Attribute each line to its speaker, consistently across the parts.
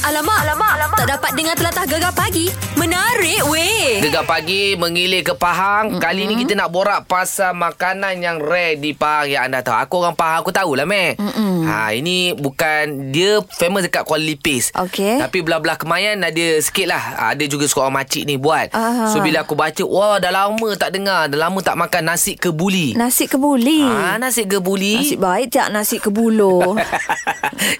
Speaker 1: Alamak, alamak, alamak. Tak dapat dengar telatah gegar pagi. Menarik weh.
Speaker 2: Gegar pagi mengilir ke Pahang. Mm-hmm. Kali ni kita nak borak pasal makanan yang rare di Pahang yang anda tahu. Aku orang Pahang aku tahulah meh. Mm-hmm. Ha ini bukan dia famous dekat Kuala Lipis.
Speaker 1: Okey.
Speaker 2: Tapi belah-belah Kemayan ada sikit lah. Ha, Ada juga seorang makcik ni buat.
Speaker 1: Ah.
Speaker 2: So bila aku baca, wah dah lama tak dengar, dah lama tak makan nasi kebuli.
Speaker 1: Nasi kebuli.
Speaker 2: Ah nasi kebuli.
Speaker 1: Nasi baik tak nasi kebulu.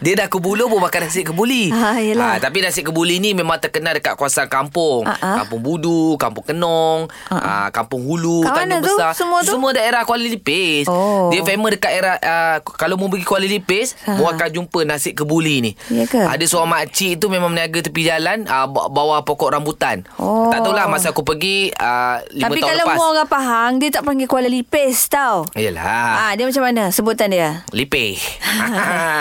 Speaker 2: dia dah kebulu pun makan nasi kebuli.
Speaker 1: Ah, yelah.
Speaker 2: tapi nasi kebuli ni memang terkenal dekat kawasan kampung.
Speaker 1: Ah, ah.
Speaker 2: Kampung Budu, Kampung Kenong, ah, Kampung Hulu,
Speaker 1: Kat
Speaker 2: Tanjung
Speaker 1: mana tu?
Speaker 2: Besar.
Speaker 1: Semua tu?
Speaker 2: Semua daerah Kuala Lipis.
Speaker 1: Oh.
Speaker 2: Dia famous dekat era ah, kalau mau pergi Kuala Lipis,
Speaker 1: Ah.
Speaker 2: mu akan jumpa nasi kebuli ni.
Speaker 1: Ya ke?
Speaker 2: Ada seorang makcik tu memang meniaga tepi jalan ah, ba- bawah pokok rambutan.
Speaker 1: Oh.
Speaker 2: Tak tahulah masa aku pergi ah, lima
Speaker 1: Tapi
Speaker 2: tahun
Speaker 1: kalau
Speaker 2: lepas.
Speaker 1: mu orang Pahang, dia tak panggil Kuala Lipis tau.
Speaker 2: Yelah.
Speaker 1: Ah, dia macam mana sebutan dia?
Speaker 2: Lipih.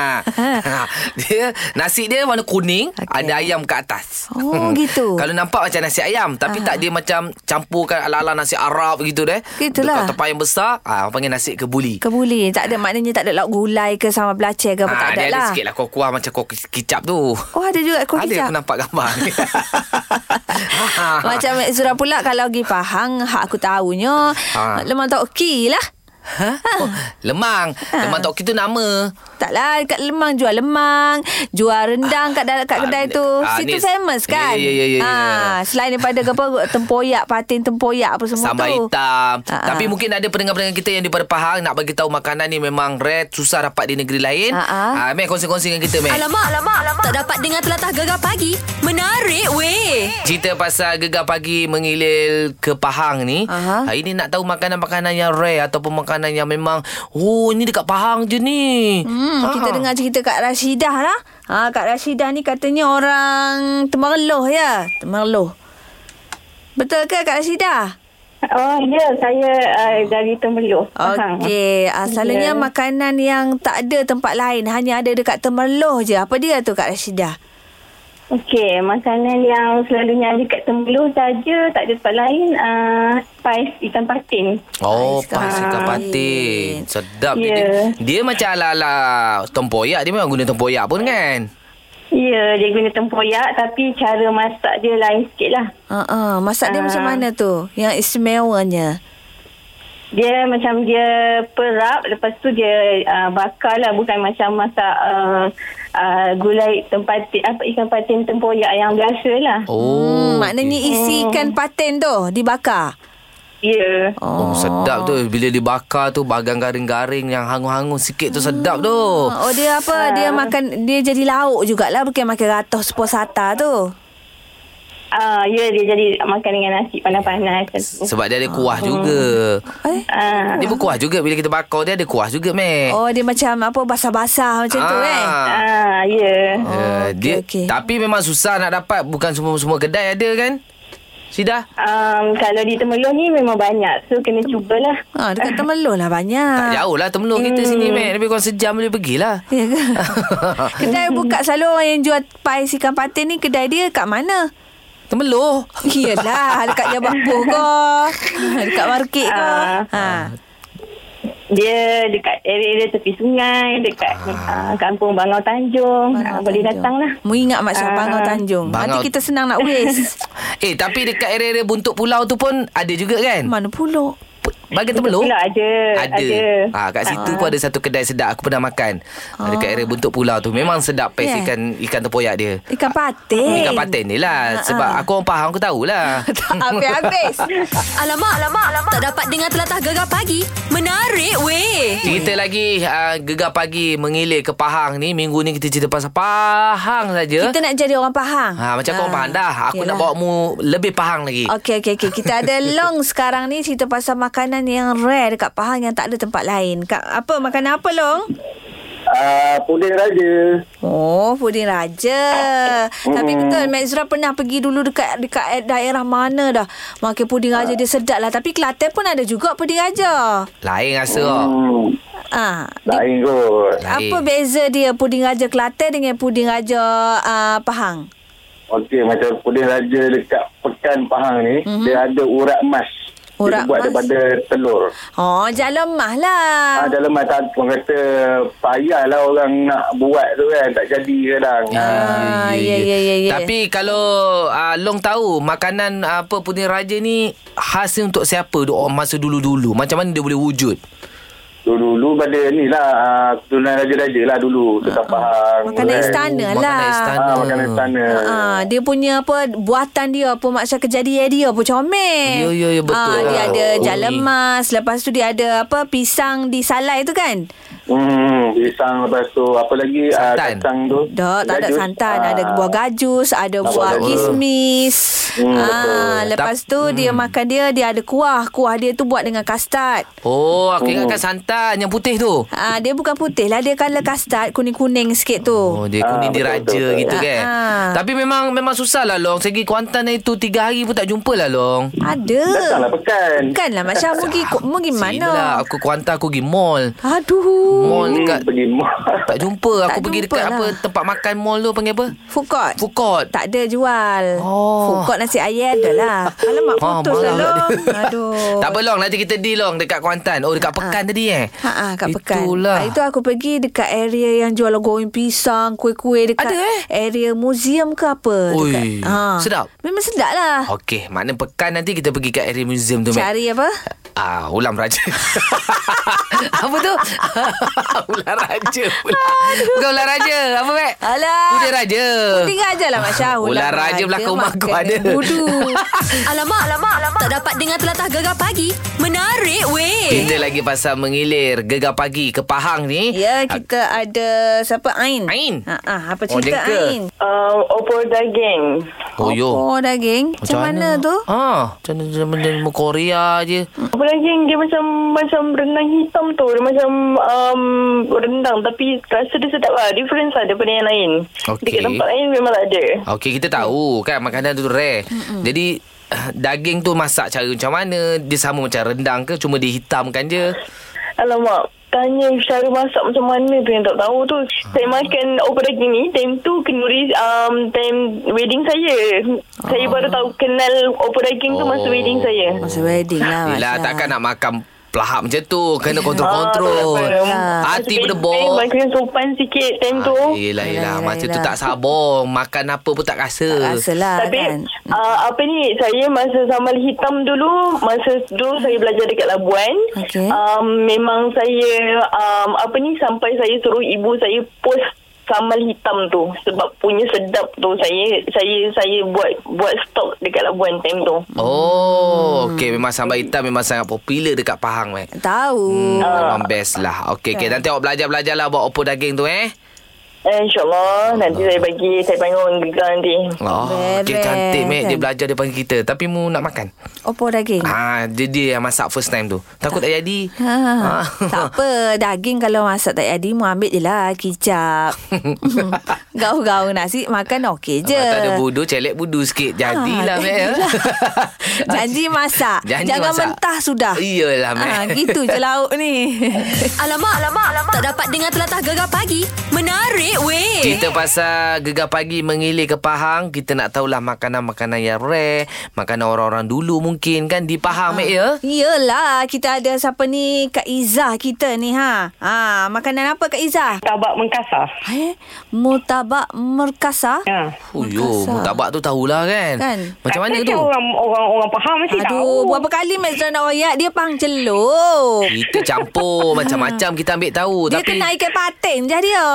Speaker 2: dia nasi dia warna kuning,
Speaker 1: Okey.
Speaker 2: okay. ada ayam kat atas.
Speaker 1: Oh, gitu.
Speaker 2: Kalau nampak macam nasi ayam, tapi tak dia macam campurkan ala-ala nasi Arab gitu deh.
Speaker 1: Gitulah.
Speaker 2: Dekat tempat yang besar, ah orang panggil nasi kebuli.
Speaker 1: Kebuli. Tak ada maknanya tak ada lauk gulai ke sama belacan ke apa tak ada lah.
Speaker 2: dia ada sikit lah kuah-kuah macam kuah kicap tu.
Speaker 1: Oh, ada juga kuah
Speaker 2: ada
Speaker 1: kicap.
Speaker 2: aku nampak gambar ni. Ah.
Speaker 1: Macam Mek Zura pula kalau pergi Pahang, hak aku tahunya
Speaker 2: Ha.
Speaker 1: lemang toki lah.
Speaker 2: Ha? Oh, lemang.
Speaker 1: Ha.
Speaker 2: Lemang tok kita nama.
Speaker 1: Taklah kat lemang jual lemang, jual rendang kat dalam kat kedai
Speaker 2: Ah,
Speaker 1: tu.
Speaker 2: ah,
Speaker 1: Situ
Speaker 2: ni-
Speaker 1: famous kan?
Speaker 2: Ya, ya, ya, ya, ya.
Speaker 1: Ah, selain daripada apa tempoyak, patin tempoyak apa semua
Speaker 2: Sambal
Speaker 1: tu.
Speaker 2: hitam.
Speaker 1: Ah, ah.
Speaker 2: Tapi mungkin ada pendengar-pendengar kita yang daripada Pahang nak bagi tahu makanan ni memang rare, susah dapat di negeri lain.
Speaker 1: Ah, ah.
Speaker 2: Ah, Meh kongsi-kongsi dengan kita, Meh.
Speaker 1: Alamak, alamak, alamak. Tak dapat dengar telatah gegar pagi. Menarik weh.
Speaker 2: Cerita pasal gegar pagi mengilir ke Pahang ni.
Speaker 1: Aha.
Speaker 2: Hari ni nak tahu makanan-makanan yang rare ataupun makanan yang memang oh ni dekat Pahang je ni.
Speaker 1: Hmm,
Speaker 2: Ah.
Speaker 1: kita dengar cerita Kak Rashidah lah. Ha, Kak Rashidah ni katanya orang Temerloh ya. Temerloh. Betul ke Kak Rashidah?
Speaker 3: Oh, ya. Saya uh, dari Temerloh.
Speaker 1: Okey, ah, selalunya
Speaker 3: Ya.
Speaker 1: makanan yang tak ada tempat lain, hanya ada dekat Temerloh je. Apa dia tu Kak Rashidah?
Speaker 3: Okey, makanan yang selalunya ada kat Temerloh saja, tak ada tempat lain, uh, pais ikan patin.
Speaker 2: Oh,
Speaker 1: Ais
Speaker 2: pais ikan
Speaker 1: kepala.
Speaker 2: patin. Sedap
Speaker 3: Ya.
Speaker 2: yeah. dia. Dia macam ala-ala tempoyak. Dia memang guna tempoyak pun kan?
Speaker 1: Hmm.
Speaker 3: Ya, dia guna tempoyak tapi cara masak dia lain sikit lah.
Speaker 1: Ha ah, masak dia
Speaker 3: Ah.
Speaker 1: macam mana tu? Yang istimewanya.
Speaker 3: Dia macam dia perap, lepas tu dia uh, bakar lah. Bukan macam masak uh, uh, gulai tempatin, apa, ikan patin tempoyak yang biasa lah.
Speaker 2: Oh.
Speaker 1: hmm, maknanya isi
Speaker 3: Oh.
Speaker 1: ikan patin tu dibakar.
Speaker 3: Ya.
Speaker 2: Oh, sedap tu bila dibakar tu bagang garing-garing yang hangus-hangus sikit tu sedap tu.
Speaker 1: Oh, oh dia apa? Dia
Speaker 3: Ah.
Speaker 1: makan dia jadi lauk jugalah bukan makan ratoh sepuluh sata tu.
Speaker 3: Ah, ya, dia jadi makan dengan nasi panas-panas. macam tu.
Speaker 2: Sebab dia ada kuah juga.
Speaker 1: Eh?
Speaker 3: Ah.
Speaker 2: Dia berkuah juga bila kita bakar dia ada kuah juga, meh.
Speaker 1: Oh dia macam apa basah-basah macam tu kan.
Speaker 3: Ah, ya.
Speaker 2: Oh,
Speaker 1: Oh, okey,
Speaker 2: dia
Speaker 1: okey.
Speaker 2: tapi memang susah nak dapat bukan semua-semua kedai ada kan? Sidah.
Speaker 3: Um, kalau di Temerloh ni memang banyak. So, kena cubalah.
Speaker 1: Ha dekat Temerloh lah banyak.
Speaker 2: Tak jauh lah Temelung
Speaker 1: Hmm.
Speaker 2: kita sini, meh. Lebih kurang sejam boleh pergilah.
Speaker 1: Ya ke? kedai buka selalu orang yang jual pais ikan patin ni kedai dia kat mana?
Speaker 2: Temeluh.
Speaker 1: Iyalah dekat Jabal Poh ke Dekat market ke
Speaker 3: Ah.
Speaker 1: ha.
Speaker 3: Dia dekat area-area tepi sungai, dekat ah. kampung Bangau Tanjung.
Speaker 1: Bangau
Speaker 3: Ah, boleh
Speaker 1: Tanjung.
Speaker 3: datang lah.
Speaker 1: Mengingat Mak Syah
Speaker 3: Ah.
Speaker 1: Bangau Tanjung Nanti
Speaker 2: Bangau-
Speaker 1: kita senang nak waste
Speaker 2: Eh, tapi dekat area-area buntuk pulau tu pun ada juga kan?
Speaker 1: Mana pulak
Speaker 2: Bagian Temeluh.
Speaker 3: Pula ada.
Speaker 2: Ada.
Speaker 3: Ada.
Speaker 2: Ha, kat situ pun ada satu kedai sedap aku pernah makan. Ha. Dekat area Buntut Pulau tu memang sedap
Speaker 1: Yeah. Eh.
Speaker 2: pes yeah. ikan ikan tempoyak dia.
Speaker 1: Ikan patin
Speaker 2: Ikan patin ni lah Sebab
Speaker 1: Ha-ha.
Speaker 2: aku orang Pahang Aku tahulah
Speaker 1: Habis-habis alamak, alamak, alamak Tak dapat dengar telatah gegar pagi Menarik weh
Speaker 2: Cerita lagi uh, Gegar pagi Mengilir ke Pahang ni Minggu ni kita cerita pasal Pahang saja
Speaker 1: Kita lah. nak jadi orang Pahang Ah.
Speaker 2: ha, Macam ha. kau orang Pahang dah Aku
Speaker 1: Yelah.
Speaker 2: nak bawa mu Lebih Pahang lagi
Speaker 1: Okey, okey, okey. Kita ada long sekarang ni cerita pasal makanan yang rare dekat Pahang yang tak ada tempat lain. Kak, apa makanan apa long?
Speaker 4: Ah, puding raja. Hmm.
Speaker 1: Oh, puding raja. Tapi betul, Mak Zura pernah pergi dulu dekat dekat daerah mana dah. Makan puding raja dia sedap lah. Tapi Kelantan pun ada juga puding raja.
Speaker 2: Lain rasa hmm.
Speaker 4: Hmm,
Speaker 1: Ah,
Speaker 4: lain kot.
Speaker 2: Lain.
Speaker 1: Oh. apa beza dia puding raja Kelantan dengan puding raja uh, Pahang?
Speaker 4: Okey, macam puding raja dekat Pekan Pahang ni, dia ada urat emas. Dia
Speaker 1: Mhm. Urat
Speaker 4: buat
Speaker 1: mas.
Speaker 4: daripada telur.
Speaker 1: Oh, jalan mah lah.
Speaker 4: Ah, dalam mata orang kata payahlah orang nak buat tu kan. Tak jadi kadang.
Speaker 1: Ah, ya, ya, ya, ya.
Speaker 2: Tapi kalau uh, Long tahu makanan ah, apa Puding Raja ni khas ni untuk siapa duk orang masa dulu-dulu? Macam mana dia boleh wujud?
Speaker 4: Dulu-dulu pada ni lah. ah, Keturunan raja-raja lah dulu. Tukang Pahang.
Speaker 1: Ah, Makanan
Speaker 4: kan.
Speaker 1: istana
Speaker 2: makanan
Speaker 1: lah.
Speaker 2: istana.
Speaker 4: Ah, makanan istana.
Speaker 1: Ha, dia punya apa buatan dia apa maksud kejadian dia pun comel.
Speaker 2: Ya, ya, ya, betul
Speaker 1: Ah, dia
Speaker 2: lah.
Speaker 1: ada
Speaker 2: Oh,
Speaker 1: jalan
Speaker 2: ni.
Speaker 1: mas, lepas tu dia ada apa pisang di salai tu kan?
Speaker 4: Hmm, pisang lepas tu apa lagi ah,
Speaker 2: Santan.
Speaker 4: kacang tu.
Speaker 1: Dah tak ada
Speaker 4: Gajus.
Speaker 1: santan, ada
Speaker 4: Ah.
Speaker 1: buah gajus, ada
Speaker 4: Nampak
Speaker 1: buah
Speaker 4: tak?
Speaker 1: kismis.
Speaker 4: Hmm,
Speaker 1: ah,
Speaker 2: betul. hmm.
Speaker 1: lepas tu dia makan dia dia ada kuah. Kuah dia tu buat dengan kastad.
Speaker 2: Oh, aku ingatkan santan yang putih tu.
Speaker 1: Ah, dia bukan putih lah dia colour kastad kuning-kuning sikit tu.
Speaker 2: Oh, dia
Speaker 4: Ah,
Speaker 2: kuning
Speaker 4: betul,
Speaker 2: diraja
Speaker 4: betul, betul.
Speaker 2: gitu kan.
Speaker 1: Ah.
Speaker 2: Tapi memang memang susah lah Long. Segi Kuantan itu tiga hari pun tak jumpa lah Long.
Speaker 1: Ada.
Speaker 4: Datanglah pekan.
Speaker 1: Bukanlah Masya Mugi Mugi mana?
Speaker 2: Sini lah. Aku Kuantan aku pergi mall.
Speaker 1: Aduh.
Speaker 2: Mall
Speaker 4: Hmm,
Speaker 2: dekat
Speaker 4: pergi mall.
Speaker 2: tak jumpa. Aku
Speaker 1: Tak
Speaker 2: pergi
Speaker 1: jumpa
Speaker 2: dekat
Speaker 1: lah.
Speaker 2: apa tempat makan mall tu panggil apa?
Speaker 1: Food court.
Speaker 2: Food court.
Speaker 1: Tak ada jual.
Speaker 2: Oh.
Speaker 1: Food court nasi ayam dah lah. Alamak
Speaker 2: Ah,
Speaker 1: putus
Speaker 2: marah
Speaker 1: lah
Speaker 2: lah
Speaker 1: Long.
Speaker 2: dia.
Speaker 1: Aduh.
Speaker 2: Tak apa Long Nanti kita deal Long Dekat Kuantan Oh dekat Pekan tadi eh
Speaker 1: Ha, kat Pekan.
Speaker 2: Itulah
Speaker 1: Hari tu aku pergi dekat area yang jual goreng pisang, kuih-kuih dekat
Speaker 2: Ada, eh?
Speaker 1: area museum ke apa.
Speaker 2: Ui,
Speaker 1: dekat, Ha.
Speaker 2: sedap?
Speaker 1: Memang sedap lah.
Speaker 2: Okey Makna Pekan nanti Kita pergi kat area museum tu Mac.
Speaker 1: Cari apa?
Speaker 2: Ah, ulam raja. apa tu? ular raja pula. Bukan ular raja. Apa, Mek?
Speaker 1: Alah.
Speaker 2: Puding raja.
Speaker 1: Puding raja lah Mak Syah.
Speaker 2: Ular raja belakang rumah aku
Speaker 1: makan
Speaker 2: ada.
Speaker 1: Budu.
Speaker 5: alamak, alamak, alamak. Tak dapat dengar telatah gegar pagi. Menarik weh.
Speaker 2: Kita lagi pasal mengilir gegar pagi ke Pahang ni.
Speaker 1: ya, kita ada siapa? Ain.
Speaker 2: Ain.
Speaker 1: Ha, ha, apa
Speaker 2: Oh,
Speaker 1: cerita
Speaker 2: jengka.
Speaker 1: Ain?
Speaker 3: Uh, opor daging.
Speaker 2: Oh, yo.
Speaker 1: Oh, daging. Macam, mana? tu?
Speaker 2: Ha, macam mana benda nama Korea je.
Speaker 3: Opor daging dia macam macam rendang hitam tu. Dia macam um, rendang tapi rasa dia sedap lah. Difference lah daripada yang lain.
Speaker 2: Okey.
Speaker 3: Dekat tempat lain memang tak ada.
Speaker 2: Okey, kita tahu kan makanan tu rare. Mm-mm. Jadi eh, daging tu masak cara macam mana? Dia sama macam rendang ke cuma dihitamkan je?
Speaker 3: Alamak. Tanya cara masak macam mana tu yang tak tahu tu. Saya
Speaker 2: Ah.
Speaker 3: makan opor daging ni. Time tu kenuri um, time wedding saya. Saya baru tahu kenal opor daging tu masa
Speaker 2: Ah. Oh.
Speaker 3: wedding saya.
Speaker 1: Masa wedding lah Mak
Speaker 2: Yelah
Speaker 1: Syah.
Speaker 2: takkan nak makan pelahap macam tu Kena kontrol-kontrol
Speaker 3: Ah,
Speaker 2: Hati
Speaker 3: tak apa.
Speaker 2: berdebok
Speaker 3: Maksudnya sopan sikit time tu.
Speaker 2: Ah, Yelah, yelah.
Speaker 1: Yelah,
Speaker 2: Masa tu
Speaker 1: yelah.
Speaker 2: tak sabar. Makan apa pun tak rasa.
Speaker 1: Tak rasa lah
Speaker 3: Tapi
Speaker 1: kan.
Speaker 3: uh, apa ni saya masa sambal hitam dulu masa dulu saya belajar dekat Labuan
Speaker 1: Okey.
Speaker 3: um, memang saya um, apa ni sampai saya suruh ibu saya post sambal hitam tu sebab punya sedap tu saya saya saya buat buat stok dekat Labuan time tu
Speaker 2: Oh,
Speaker 1: Hmm.
Speaker 2: okay. Memang sambal hitam memang sangat popular dekat Pahang, Mac.
Speaker 1: Tahu.
Speaker 2: Hmm, memang best lah. Okay, okay. Nanti awak belajar-belajar lah buat opor daging tu, eh.
Speaker 3: eh, insyaAllah nanti saya bagi saya panggil orang gegar nanti
Speaker 2: Oh, okay,
Speaker 1: Beres,
Speaker 2: cantik, Mac. Dia
Speaker 1: kan?
Speaker 2: belajar daripada kita. Tapi mu nak makan?
Speaker 1: Opor daging.
Speaker 2: Ah, dia, dia yang masak first time tu. Takut tak, jadi.
Speaker 1: Ha.
Speaker 2: Ah.
Speaker 1: Tak apa Daging kalau masak tak jadi Mu ambil je lah Kicap Gaung-gaung nasi Makan okey je
Speaker 2: Ah, tak ada budu, celek budu sikit. Jadilah,
Speaker 1: Ah,
Speaker 2: Mac. eh.
Speaker 1: Janji masak
Speaker 2: Janji
Speaker 1: Jangan
Speaker 2: masak.
Speaker 1: mentah sudah
Speaker 2: Iyalah, Mac.
Speaker 1: Ah, Gitu je lauk ni
Speaker 5: Alamak, alamak, alamak. Tak dapat dengar telatah gegar pagi. Menarik weh.
Speaker 2: Cerita pasal gegar pagi mengilir ke Pahang, kita nak tahulah makanan-makanan yang rare, makanan orang-orang dulu mungkin kan di
Speaker 1: Ha.
Speaker 2: Pahang, Mek
Speaker 1: Eh?
Speaker 2: ya?
Speaker 1: Yelah Kita ada siapa ni Kak Izzah kita ni ha. ha Makanan apa Kak Izzah?
Speaker 6: tabak mengkasar.
Speaker 1: Eh, Murtabak Merkasa
Speaker 6: Ya.
Speaker 2: Uyo, mutabak tu tahulah kan?
Speaker 1: Kan?
Speaker 2: Macam mana
Speaker 6: Kata
Speaker 2: tu?
Speaker 6: je Orang orang orang faham mesti tahu.
Speaker 1: Aduh, berapa kali Mek Zura nak royak dia pang celup.
Speaker 2: Kita campur macam-macam kita ambil tahu
Speaker 1: Dia
Speaker 2: tapi
Speaker 1: kena ikat patin je dia.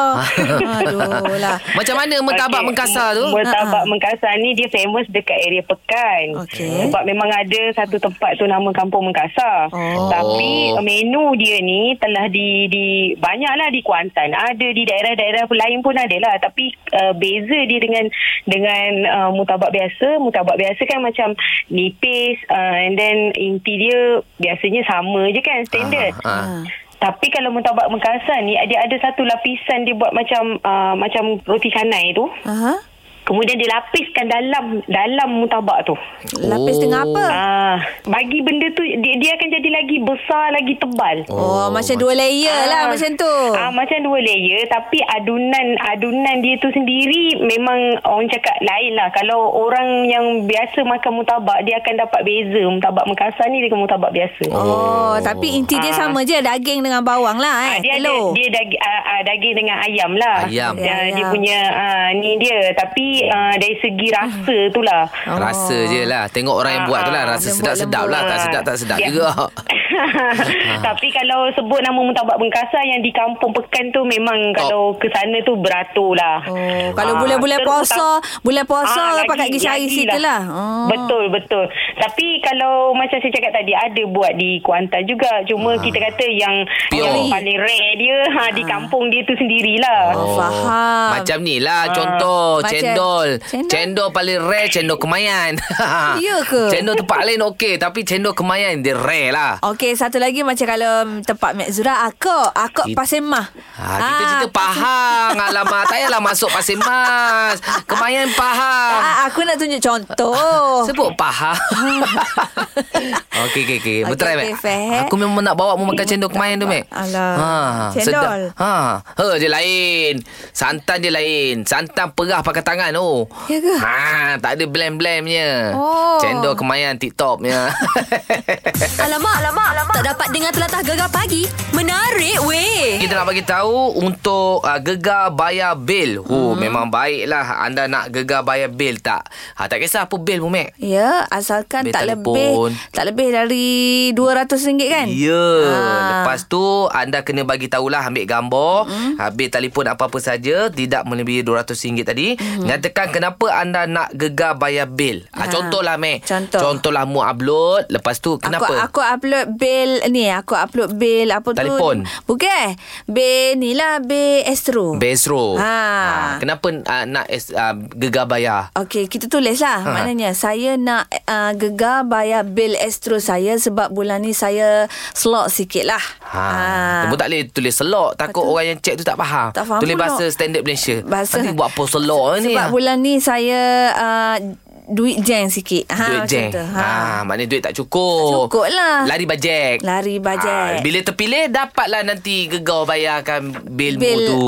Speaker 1: Aduh lah.
Speaker 2: macam mana mentabak
Speaker 6: Okey,
Speaker 2: mengkasar tu?
Speaker 6: Mertabak
Speaker 1: Ha-ha.
Speaker 6: Mengkasar ni dia famous dekat area Pekan.
Speaker 1: ha. Okey.
Speaker 6: Sebab memang ada satu tempat tu nama Kampung Mengkasar.
Speaker 1: Oh.
Speaker 6: Tapi uh, menu dia ni telah di di banyaklah di Kuantan. Ada di daerah-daerah lain pun ada lah. Tapi uh, beza dia dengan dengan uh, mutabak biasa. Mutabak biasa kan macam nipis uh, and then inti dia biasanya sama je kan standard.
Speaker 2: Ah, ah.
Speaker 6: Tapi kalau murtabak
Speaker 1: Ha,
Speaker 6: Mekasan ni dia ada satu lapisan dia buat macam uh, macam roti canai tu.
Speaker 1: Aha.
Speaker 6: Kemudian dia lapiskan dalam dalam mutabak tu.
Speaker 1: Lapis
Speaker 2: Oh.
Speaker 1: tengah apa?
Speaker 6: Ah, bagi benda tu dia, dia akan jadi lagi besar, lagi tebal.
Speaker 1: Oh, macam dua layer lah
Speaker 6: Ah,
Speaker 1: macam tu.
Speaker 6: Ah macam dua layer tapi adunan adunan dia tu sendiri memang orang cakap lain lah. Kalau orang yang biasa makan mutabak dia akan dapat beza mutabak Mekassar ni dengan mutabak biasa.
Speaker 1: Oh, tapi inti dia
Speaker 6: Ah.
Speaker 1: sama je daging dengan bawang lah eh.
Speaker 6: Ah, dia ada
Speaker 1: Telur.
Speaker 6: dia daging, uh, uh, daging dengan ayam lah.
Speaker 2: Ayam.
Speaker 6: Dia,
Speaker 1: Ayam.
Speaker 6: dia punya uh, ni dia tapi uh, dari segi rasa tu lah.
Speaker 2: Oh. Rasa je lah Tengok orang yang buat tu lah Rasa
Speaker 1: Ah, Lembut-lembut.
Speaker 2: sedap-sedap lah Tak sedap tak sedap
Speaker 6: Ya.
Speaker 2: juga
Speaker 6: Tapi kalau sebut nama mutabak Bengkasar yang di Kampung Pekan tu memang
Speaker 2: Top.
Speaker 6: kalau ke sana tu beratur lah.
Speaker 1: Oh, kalau
Speaker 6: Ah,
Speaker 1: bulan-bulan
Speaker 6: terus Ah,
Speaker 1: puasa, bulan puasa
Speaker 6: lagi-
Speaker 1: pakai gisari
Speaker 6: lagi
Speaker 1: situ lah. Oh.
Speaker 6: Betul, betul. Tapi kalau macam saya cakap tadi, ada buat di Kuantan juga. Cuma kita kata yang,
Speaker 2: Ah. Pure.
Speaker 6: yang paling rare dia ha, di
Speaker 1: Ah.
Speaker 6: kampung dia tu sendirilah.
Speaker 1: Oh, faham.
Speaker 2: Macam ni lah Contoh
Speaker 1: Macam-
Speaker 2: Cendol
Speaker 1: Cendol.
Speaker 2: Cendol paling rare Cendol kemayan
Speaker 1: Ya ke?
Speaker 2: Cendol tempat lain okey Tapi cendol kemayan Dia rare lah
Speaker 1: Okey, satu lagi macam kalau tempat Mek Zura, akak. Akak
Speaker 2: Kita-
Speaker 1: Pasir Mah.
Speaker 2: Ha, kita
Speaker 1: Ah,
Speaker 2: cerita Pahang Alamak Tak payahlah masuk Pasir Mas Kemayan Pahang
Speaker 1: Ah, aku nak tunjuk contoh.
Speaker 2: Sebut Pahang Oh. Okey okey okey Betul
Speaker 1: Okey,
Speaker 2: okay,
Speaker 1: okey, fair.
Speaker 2: Aku memang nak bawa Mu makan cendol kemayan tu Mek Ha,
Speaker 1: Alah, cendol.
Speaker 2: sedap. Ha Ha dia lain Santan dia lain Santan perah pakai tangan oh
Speaker 1: Ya ke?
Speaker 2: Ha Tak ada blend-blendnya
Speaker 1: Oh.
Speaker 2: Cendol kemayan TikToknya
Speaker 5: Alamak, alamak, alamak. Tak dapat dengar telatah gegar pagi. Menarik weh.
Speaker 2: Kita nak bagi tahu untuk uh, gegar bayar bil. Oh, hmm. memang baiklah anda nak gegar bayar bil tak? Ha, tak kisah apa bil pun, Mac.
Speaker 1: Ya, asalkan
Speaker 2: Bil
Speaker 1: tak
Speaker 2: telefon.
Speaker 1: lebih tak lebih dari RM200 kan?
Speaker 2: Ya.
Speaker 1: Ah.
Speaker 2: Yeah. Lepas tu anda kena bagi tahulah ambil gambar,
Speaker 1: Hmm.
Speaker 2: mm. habis telefon apa-apa saja tidak melebihi RM200 tadi. Mm. Nyatakan kenapa anda nak gegar bayar bil. Ha,
Speaker 1: Hmm. Ah.
Speaker 2: contohlah Mac.
Speaker 1: Contoh.
Speaker 2: Contohlah mu upload, lepas tu kenapa?
Speaker 1: Aku aku upload bil ni, aku upload bil apa
Speaker 2: Telefon.
Speaker 1: tu? Bukan. Bil ni lah bil Astro.
Speaker 2: Besro.
Speaker 1: Ha.
Speaker 2: kenapa uh, nak uh, gegar bayar?
Speaker 1: Okey, kita tulis lah. Ha. Maknanya saya nak uh, gegar bayar bil Astro saya sebab bulan ni saya slot sikit lah.
Speaker 2: Ha. ha. tak boleh tulis selok takut Betul. orang yang cek tu tak faham.
Speaker 1: Tak faham
Speaker 2: Tulis
Speaker 1: pula.
Speaker 2: bahasa standard Malaysia.
Speaker 1: Bahasa-
Speaker 2: Nanti buat apa selok ni?
Speaker 1: Sebab bulan ni saya uh, duit jeng sikit. Ha,
Speaker 2: duit
Speaker 1: macam
Speaker 2: jeng.
Speaker 1: tu.
Speaker 2: Ha. ha, maknanya duit tak cukup.
Speaker 1: Tak cukup lah.
Speaker 2: Lari bajet.
Speaker 1: Lari bajet.
Speaker 2: Ha, bila terpilih dapatlah nanti gegar bayarkan bil,
Speaker 1: Bil.
Speaker 2: mu tu.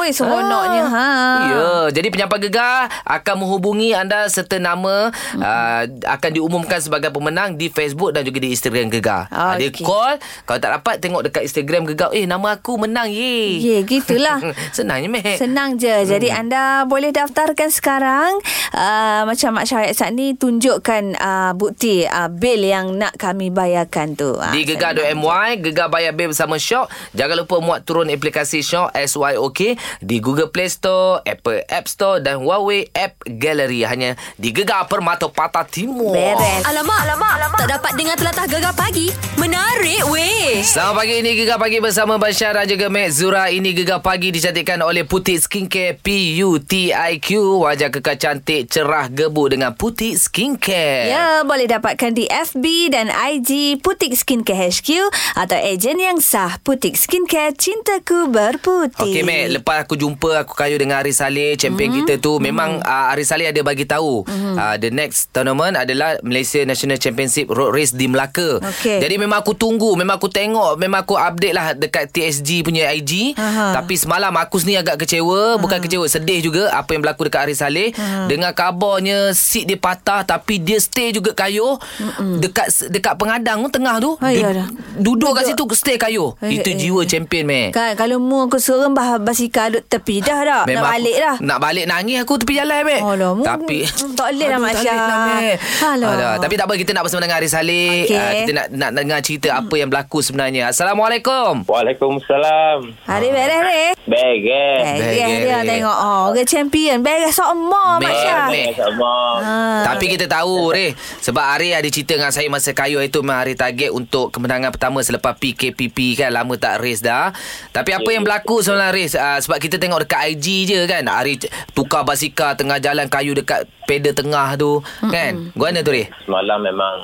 Speaker 1: Oi, seronoknya. Ha.
Speaker 2: Ya, jadi penyampai gegar akan menghubungi anda serta nama
Speaker 1: Hmm.
Speaker 2: uh, akan diumumkan sebagai pemenang di Facebook dan juga di Instagram gegar.
Speaker 1: Ah,
Speaker 2: Ah, Dia
Speaker 1: okey.
Speaker 2: call, kalau tak dapat tengok dekat Instagram gegar, eh nama aku menang ye.
Speaker 1: Ya, gitulah.
Speaker 2: Senangnya meh. Hmm.
Speaker 1: Senang je. Jadi anda boleh daftarkan sekarang. Uh, macam Mak Syariat saat ni tunjukkan uh, bukti uh, bil yang nak kami bayarkan tu. Uh,
Speaker 2: Di gegar.my Gegar bayar bil bersama Syok Jangan lupa muat turun aplikasi Syok SYOK Di Google Play Store Apple App Store Dan Huawei App Gallery Hanya di Gegar Permata Patah Timur
Speaker 1: Beres.
Speaker 5: Alamak, alamak, alamak. Tak dapat dengar telatah gegar pagi. Menarik weh.
Speaker 2: Selamat pagi ini Gegar Pagi bersama Bashar dan juga Mek Zura. Ini Gegar Pagi dicantikkan oleh Putih Skincare PUTIQ. Wajah kekal cantik, cerah gebuk dengan Putih Skincare.
Speaker 1: Ya, boleh dapatkan di FB dan IG Putik Skincare HQ atau ejen yang sah Putik Skincare Cintaku Berputih.
Speaker 2: Okey Mac, lepas aku jumpa aku kayu dengan Aris Saleh, champion
Speaker 1: Mhm.
Speaker 2: mm-hmm. kita tu memang mm-hmm. uh, Aris Saleh ada bagi tahu mm-hmm. uh, the next tournament adalah Malaysia National Championship Road Race di Melaka.
Speaker 1: Okey.
Speaker 2: Jadi memang aku tunggu, memang aku tengok, memang aku update lah dekat TSG punya IG.
Speaker 1: Aha.
Speaker 2: Tapi semalam aku sendiri agak kecewa, bukan kecewa, sedih juga apa yang berlaku dekat Aris Saleh. Dengar kabarnya seat dia patah tapi dia stay juga kayu dekat dekat pengadang tu tengah tu.
Speaker 1: Oh,
Speaker 2: dia
Speaker 1: ya dah.
Speaker 2: duduk, kat situ stay kayu.
Speaker 1: Eh,
Speaker 2: Itu
Speaker 1: eh,
Speaker 2: jiwa
Speaker 1: eh.
Speaker 2: champion Mac.
Speaker 1: Kan kalau mu aku serem bah basika duk tepi dah dah. nak balik
Speaker 2: aku,
Speaker 1: dah.
Speaker 2: Nak balik nangis aku tepi jalan, Mek.
Speaker 1: Alah, mu-
Speaker 2: Tapi...
Speaker 1: tak boleh lah,
Speaker 2: Aduh,
Speaker 1: Mak
Speaker 2: tak boleh lah,
Speaker 1: Syah.
Speaker 2: Mek.
Speaker 1: Alah.
Speaker 2: Alah, Tapi tak apa, kita nak bersama dengan Haris Saleh.
Speaker 1: Okey.
Speaker 2: Okay. Uh, kita nak, nak dengar cerita apa yang berlaku sebenarnya. Assalamualaikum.
Speaker 4: Waalaikumsalam.
Speaker 1: Hari beres re.
Speaker 4: Bag eh.
Speaker 1: Eh, dia
Speaker 2: beres.
Speaker 1: dia tengok oh, orang champion beres semua Mak
Speaker 2: Beres.
Speaker 1: Syah.
Speaker 2: Mek.
Speaker 4: Sama.
Speaker 1: Ah.
Speaker 2: Tapi kita tahu Reh Sebab Ari ada cerita dengan saya Masa kayu itu Memang Ari target Untuk kemenangan pertama Selepas PKPP kan Lama tak race dah Tapi apa yang berlaku sebenarnya Reh uh, Sebab kita tengok dekat IG je kan Ari c- tukar basikal Tengah jalan kayu Dekat pedal tengah tu Kan Gimana tu Reh
Speaker 7: semalam memang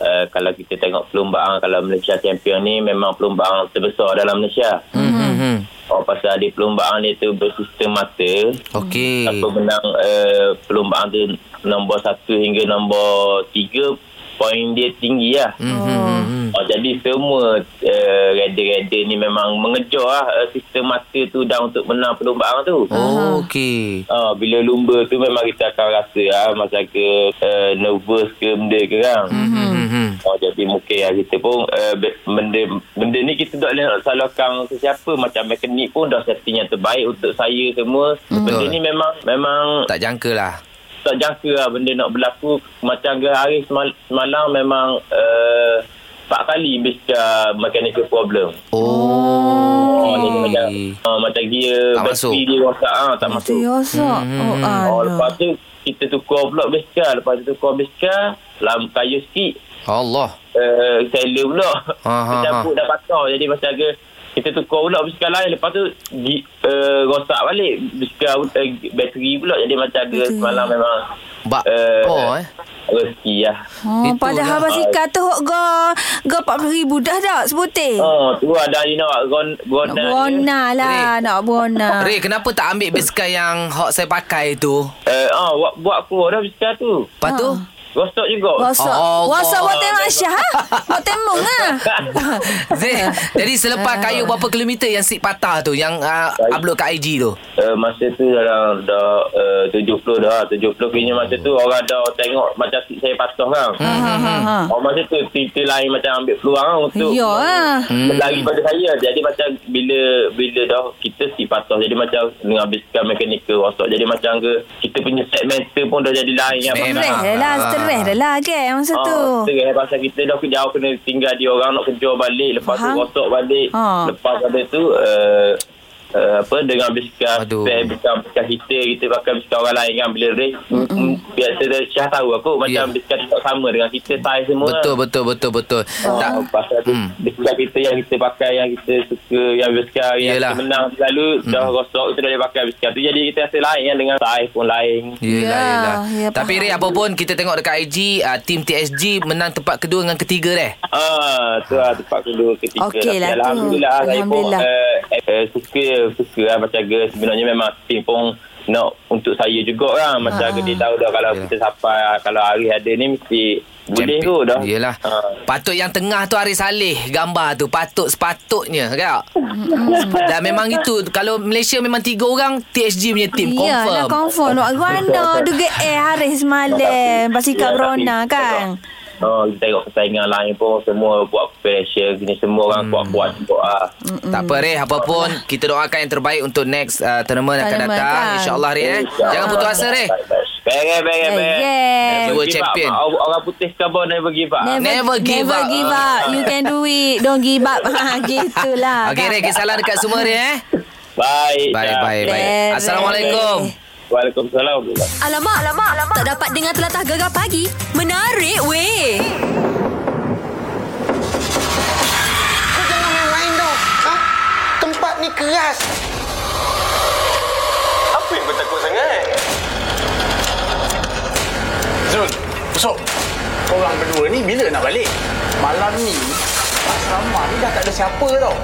Speaker 4: eh,
Speaker 7: uh, kalau kita tengok pelumbaan kalau Malaysia champion ni memang pelumbaan terbesar dalam Malaysia.
Speaker 2: Hmm. hmm, hmm.
Speaker 4: oh, pasal ada perlombaan dia tu bersistem mata.
Speaker 2: Okey.
Speaker 4: Siapa menang uh, perlombaan tu nombor satu hingga nombor tiga poin dia tinggi lah.
Speaker 2: Hmm.
Speaker 4: Mm-hmm. Oh, jadi semua uh, rider-rider ni memang mengejar lah uh, sistem mata tu dah untuk menang perlombaan tu.
Speaker 2: Oh, okey.
Speaker 4: Ah, bila lumba tu memang kita akan rasa ah, masa ke uh, nervous ke benda ke kan.
Speaker 1: Mhm.
Speaker 2: Hmm.
Speaker 4: Oh, jadi mungkin ah, kita pun uh, be- benda benda ni kita tak boleh nak salahkan sesiapa macam mekanik pun dah setting yang terbaik untuk saya semua. Benda
Speaker 2: Betul.
Speaker 4: ni memang memang tak,
Speaker 2: Tak jangka lah.
Speaker 4: tak jangka lah benda nak berlaku macam ke hari semal- semalam memang uh, empat kali besar mechanical problem.
Speaker 2: Oh.
Speaker 4: Oh, ni macam, ah, macam gear
Speaker 2: Tak masuk.
Speaker 4: bateri dia rosak ah, tak masuk.
Speaker 1: Itu yosak.
Speaker 2: Hmm,
Speaker 1: Oh,
Speaker 4: Oh,
Speaker 1: alah.
Speaker 4: lepas tu kita tukar pula beskar. Lepas tu tukar beskar, lam kayu sikit,
Speaker 2: Oh. Allah.
Speaker 4: uh, seller pula.
Speaker 2: Ha, ha,
Speaker 4: Tercampur dah patah. Jadi macam ke, kita tukar pula beskar lain. Lepas tu, di, uh, rosak balik beskar uh, bateri pula. Jadi macam ke semalam memang
Speaker 2: Bak.
Speaker 4: Eh,
Speaker 2: oh eh.
Speaker 4: rezeki lah.
Speaker 1: Oh,
Speaker 2: Itulah.
Speaker 1: padahal Abang Sika tu hok go go 40,000 dah tak sebutir.
Speaker 4: Oh, tu ada Alina awak gon,
Speaker 1: Nak
Speaker 2: ya.
Speaker 4: gona.
Speaker 1: bona lah, nak bona.
Speaker 2: Ray, kenapa tak ambil beskar yang hot saya pakai tu?
Speaker 4: Uh, oh, buat, buat keluar dah beskar tu.
Speaker 2: Lepas tu?
Speaker 1: Ha.
Speaker 4: Rosak juga.
Speaker 1: Wasak.
Speaker 2: Oh, Allah.
Speaker 1: Wasak buat tengah Aisyah ha? Buat temung ha?
Speaker 2: Zee, jadi selepas kayu berapa kilometer yang sip patah tu yang uh, upload kat IG tu?
Speaker 4: Uh, masa tu dalam dah uh, 70 dah 70 punya masa tu orang dah tengok macam si- saya patah kan
Speaker 1: Ha, ha, ha.
Speaker 4: orang masa tu cerita lain macam ambil peluang kan untuk
Speaker 1: Ya ah.
Speaker 4: berlari pada saya jadi macam bila bila dah kita si patah jadi macam dengan habiskan mekanikal rosak jadi macam ke kita punya set mental pun dah jadi lain kan
Speaker 2: Memang.
Speaker 1: Stress dah lah, stress dah lah ke masa
Speaker 4: Ah,
Speaker 2: Oh,
Speaker 1: tu.
Speaker 4: Terus pasal kita dah jauh kena tinggal dia orang nak kejar balik. Lepas
Speaker 1: Faham.
Speaker 4: tu rosak balik.
Speaker 1: Ah.
Speaker 4: Lepas pada tu uh, uh, apa dengan biskar
Speaker 2: Aduh.
Speaker 4: spare biskar, biskar kita kita pakai biskar orang lain kan bila race mm, biasa dah Syah tahu aku macam
Speaker 2: Ya.
Speaker 4: biskar tak sama dengan kita size semua lah.
Speaker 2: Betul betul betul betul.
Speaker 1: Oh.
Speaker 2: Tak
Speaker 4: Tak. Pasal tu,
Speaker 2: Hmm.
Speaker 4: biskar kita yang kita pakai, yang kita suka, yang biskar yang
Speaker 2: Yelah. Hmm.
Speaker 4: kita menang selalu, dah rosak, kita dah boleh pakai biskar tu. Jadi kita rasa lain kan dengan size pun lain.
Speaker 2: Yelah,
Speaker 1: Ya,
Speaker 2: yelah.
Speaker 1: ya,
Speaker 2: Tapi
Speaker 1: faham.
Speaker 2: Ray, apa pun kita tengok dekat IG, uh, tim TSG menang tempat kedua dengan ketiga deh.
Speaker 4: Ah, tu lah tempat kedua ketiga.
Speaker 1: Okey lah tu.
Speaker 4: Alhamdulillah, saya pun
Speaker 1: Alhamdulillah.
Speaker 4: uh, uh, suka, suka lah macam ke sebenarnya memang tim pun nak untuk saya juga lah. Macam
Speaker 1: Ah.
Speaker 4: ke dia tahu dah kalau
Speaker 2: Yelah.
Speaker 4: kita sampai, kalau hari ada ni mesti
Speaker 2: Ya.
Speaker 4: boleh tu
Speaker 2: Champion.
Speaker 4: dah.
Speaker 2: Yelah.
Speaker 4: Ah.
Speaker 2: Patut yang tengah tu Arif Saleh gambar tu. Patut sepatutnya. Kak. Dan memang itu. Kalau Malaysia memang tiga orang TSG punya team.
Speaker 1: Ya lah confirm
Speaker 2: confirm.
Speaker 1: Nak guana Duga eh hari semalam Pasika Brona kan
Speaker 4: Oh, kita tengok persaingan lain pun semua buat preparation ni semua
Speaker 2: Hmm.
Speaker 4: orang buat-buat juga lah.
Speaker 2: Tak apa Reh Apa pun Kita doakan yang terbaik Untuk next uh, tournament yang akan
Speaker 1: Tournament,
Speaker 2: datang
Speaker 1: kan.
Speaker 2: InsyaAllah Reh eh.
Speaker 4: ya.
Speaker 2: Jangan putus asa Reh
Speaker 1: Eh,
Speaker 4: Pengen, pengen, pengen.
Speaker 1: Yeah.
Speaker 2: Dua champion.
Speaker 4: Orang putih kabur never give up.
Speaker 2: Never give
Speaker 1: never
Speaker 2: up.
Speaker 1: give up You can do it Don't give up ha, Gitulah Kan?
Speaker 2: Okey Reh Kisah dekat semua Reh eh.
Speaker 4: Bye.
Speaker 2: Bye bye bye
Speaker 1: Reh,
Speaker 2: Assalamualaikum
Speaker 4: Waalaikumsalam.
Speaker 8: Alamak, alamak, alamak. Tak dapat dengar telatah gegar pagi. Menarik weh.
Speaker 9: Kau jangan main-main tau. Ha? Tempat ni keras. Apa yang kau takut sangat? Zul, besok. Korang berdua ni bila nak balik? Malam ni, asrama ni dah tak ada siapa tau.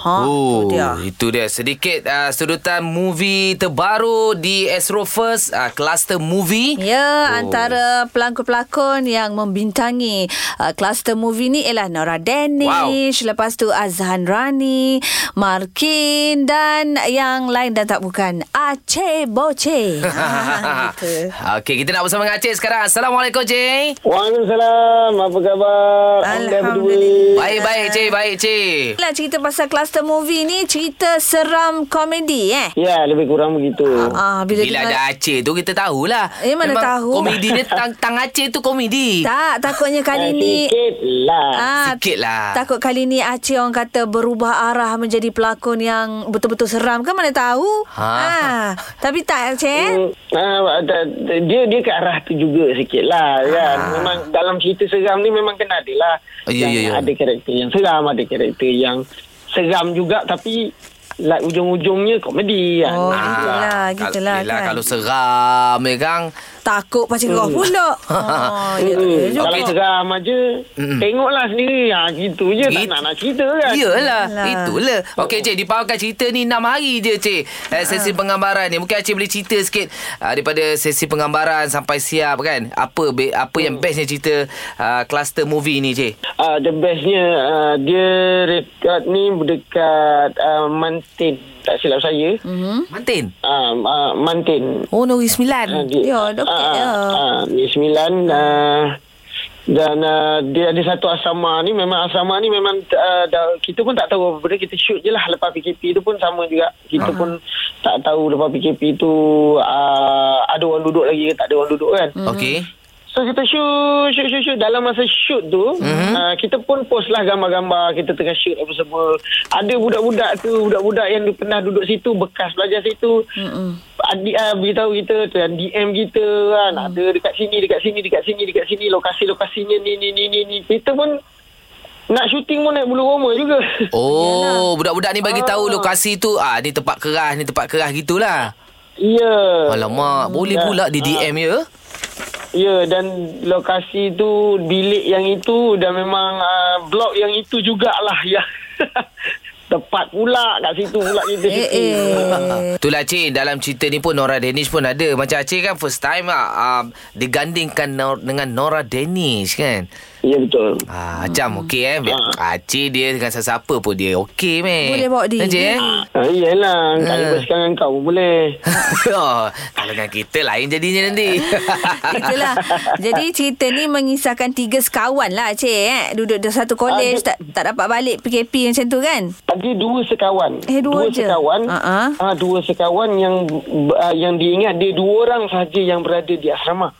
Speaker 1: Ha, oh. tu dia
Speaker 2: Itu dia sedikit uh, sudutan movie terbaru di Astro First uh, Cluster Movie.
Speaker 1: Ya, oh. antara pelakon-pelakon yang membintangi uh, kluster movie ni ialah Nora Danish, wow. lepas tu Azhan Rani, Markin dan yang lain dan tak bukan Aceh Boce. ha, gitu.
Speaker 2: Okey, kita nak bersama dengan Acik sekarang. Assalamualaikum, Cik.
Speaker 10: Waalaikumsalam. Apa khabar?
Speaker 1: Alhamdulillah.
Speaker 2: Baik-baik,
Speaker 1: Ya.
Speaker 2: Cik. Baik, Cik.
Speaker 1: Lah cerita pasal kluster movie ni cerita seram komedi eh.
Speaker 10: Ya, lebih kurang begitu.
Speaker 1: Ah, bila,
Speaker 2: Bila
Speaker 1: dengar-
Speaker 2: ada Aceh tu kita tahulah.
Speaker 1: Eh, mana
Speaker 2: Memang
Speaker 1: tahu.
Speaker 2: Komedi dia tang, tang Aceh tu komedi.
Speaker 1: tak takutnya kali ni
Speaker 10: Sikit lah.
Speaker 1: Ah,
Speaker 2: Sikit lah.
Speaker 1: Takut kali ni Aceh orang kata berubah arah menjadi pelakon yang betul-betul seram kan mana tahu. Ah,
Speaker 2: Ha.
Speaker 1: Tapi tak Aceh. eh?
Speaker 10: Ah, dia dia ke arah tu juga sikit lah kan. Memang dalam cerita seram ni memang kena ada lah.
Speaker 2: Oh,
Speaker 10: Yang
Speaker 2: ya, ya, ya.
Speaker 10: Ada karakter yang seram, ada karakter yang seram juga tapi like, ujung-ujungnya komedi kan.
Speaker 1: Oh, gitulah,
Speaker 2: kal-
Speaker 1: gitulah
Speaker 2: Ah, yelah,
Speaker 1: kan.
Speaker 2: Kalau seram ya kan
Speaker 1: Takut pakcik kau pula. Ha, ya, ya
Speaker 4: Hmm,
Speaker 1: juga.
Speaker 4: kalau seram aja
Speaker 2: Mm-mm. Ya.
Speaker 4: Tengoklah sendiri ha, Gitu je Tak
Speaker 2: It-
Speaker 4: nak nak cerita kan
Speaker 2: Yelah,
Speaker 1: Alah.
Speaker 2: itulah. Okey, Cik, dipaulkan cerita ni 6 hari je, Cik.
Speaker 1: Ah.
Speaker 2: Eh, sesi penggambaran ni. Mungkin Cik boleh cerita sikit uh, daripada sesi penggambaran sampai siap kan. Apa be- apa yang bestnya cerita uh, cluster movie ni, Cik?
Speaker 10: Ah,
Speaker 4: uh, The bestnya uh, Dia record ni Dekat
Speaker 10: ah,
Speaker 4: uh, Mantin Tak silap saya
Speaker 1: Hmm.
Speaker 2: Mantin.
Speaker 10: Ah,
Speaker 4: uh, uh, Mantin
Speaker 2: Oh, Nuri
Speaker 4: Ah,
Speaker 2: 9.
Speaker 4: dia-
Speaker 1: Ya, dekat
Speaker 4: ah,
Speaker 1: ya.
Speaker 4: ah, ah, Ni sembilan ah, dan ah, dia ada satu asrama ni memang asrama ni memang ah, dah, kita pun tak tahu apa benda kita shoot je lah lepas PKP tu pun sama juga kita pun tak tahu lepas PKP tu ah, ada orang duduk lagi ke tak ada orang duduk kan
Speaker 1: Hmm.
Speaker 2: Okey.
Speaker 4: So kita shoot, shoot, shoot, shoot. Dalam masa shoot tu, mm-hmm. uh, kita pun post lah gambar-gambar kita tengah shoot apa semua. Ada budak-budak tu, budak-budak yang du- pernah duduk situ, bekas belajar situ. Mm-hmm. Adik uh, beritahu kita, tu, DM kita kan. Mm. Ada dekat sini, dekat sini, dekat sini, dekat sini. Lokasi-lokasinya ni, ni, ni, ni, ni. Kita pun nak syuting pun naik bulu roma juga.
Speaker 2: Oh, budak-budak ni bagi tahu
Speaker 4: Ah.
Speaker 2: lokasi tu. Ah, ni tempat keras, ni tempat keras gitulah.
Speaker 4: Ya. Yeah.
Speaker 2: Alamak, boleh
Speaker 4: dah.
Speaker 2: pula di DM ya?
Speaker 4: Ya dan lokasi tu bilik yang itu dan memang uh, blok yang itu jugalah ya. Tepat pula kat situ pula kita.
Speaker 1: Eh, eh.
Speaker 2: Ah, Itulah Cik Dalam cerita ni pun Nora Danish pun ada Macam Aceh kan First time lah uh, Digandingkan Nor- dengan Nora Danish kan
Speaker 4: Ya betul.
Speaker 2: Ah, Macam okey eh ah. Aceh dia dengan sesiapa pun dia Okey meh
Speaker 1: Boleh bawa diri.
Speaker 2: Aceh eh
Speaker 4: Ha, iyalah,
Speaker 2: Ha.
Speaker 4: kali uh. sekarang kau pun boleh.
Speaker 2: oh, Kalau dengan kita lain jadinya nanti
Speaker 1: Itulah. Jadi cerita ni mengisahkan tiga sekawan lah Cik eh. Duduk di satu
Speaker 4: Ah,
Speaker 1: kolej
Speaker 4: Ada-
Speaker 1: tak tak dapat balik PKP macam tu kan?
Speaker 4: Ada dua sekawan.
Speaker 1: Eh, dua je?
Speaker 4: sekawan.
Speaker 1: Ha-ha.
Speaker 4: Ah, dua sekawan yang uh, yang diingat dia dua orang saja yang berada di asrama.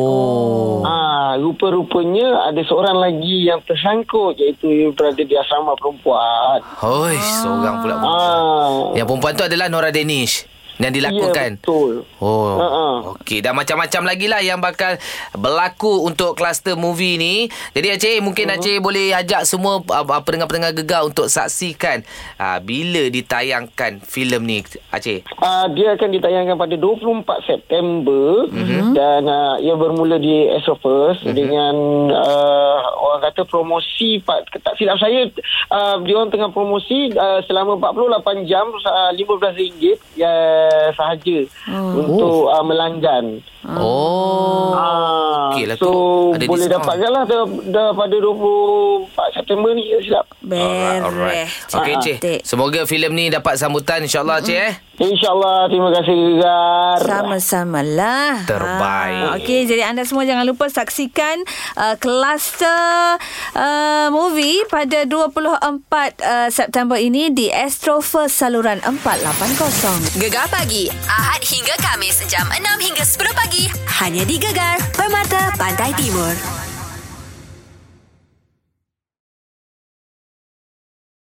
Speaker 2: Oh
Speaker 4: Ah, rupa-rupanya ada seorang lagi yang tersangkut iaitu yang berada di asrama perempuan.
Speaker 2: Hoi Seorang pula
Speaker 4: Ah.
Speaker 2: Yang perempuan tu adalah Nora Danish Yang dilakukan
Speaker 4: Ya, betul.
Speaker 2: Oh,
Speaker 4: Ha-ha.
Speaker 2: okey. Dan macam-macam lagi lah yang bakal berlaku untuk kluster movie ni. Jadi Aceh, mungkin uh-huh. Aceh boleh ajak semua uh, uh, pendengar-pendengar gegar untuk saksikan uh, bila ditayangkan filem ni, Aceh.
Speaker 4: Uh, dia akan ditayangkan pada 24 September
Speaker 2: Mhm.
Speaker 4: mm-hmm. dan uh, ia bermula di Esopus mm-hmm. dengan uh, orang kata promosi pak- tak silap saya uh, dia orang tengah promosi uh, selama 48 jam uh, RM15 uh, sahaja oh. untuk uh, melanjan.
Speaker 2: Oh.
Speaker 4: Ah,
Speaker 2: Okey lah
Speaker 4: so
Speaker 2: tu. Ada
Speaker 4: boleh
Speaker 2: diskaun.
Speaker 4: dapatkan lah dah- daripada 24 September ni tak silap.
Speaker 1: Beres.
Speaker 4: Ah,
Speaker 2: Okey, Aceh.
Speaker 1: Cantik.
Speaker 2: Semoga filem ni dapat sambutan insya-Allah, Aceh. eh.
Speaker 4: InsyaAllah terima kasih Gegar.
Speaker 1: Sama-sama lah
Speaker 2: Terbaik.
Speaker 1: ha, Okey jadi anda semua jangan lupa saksikan uh, Kluster uh, Movie pada 24 uh, September ini di Astrofirst saluran 480
Speaker 5: Gegar pagi Ahad hingga Kamis jam 6 hingga 10 pagi hanya di Gegar Permata Pantai Timur.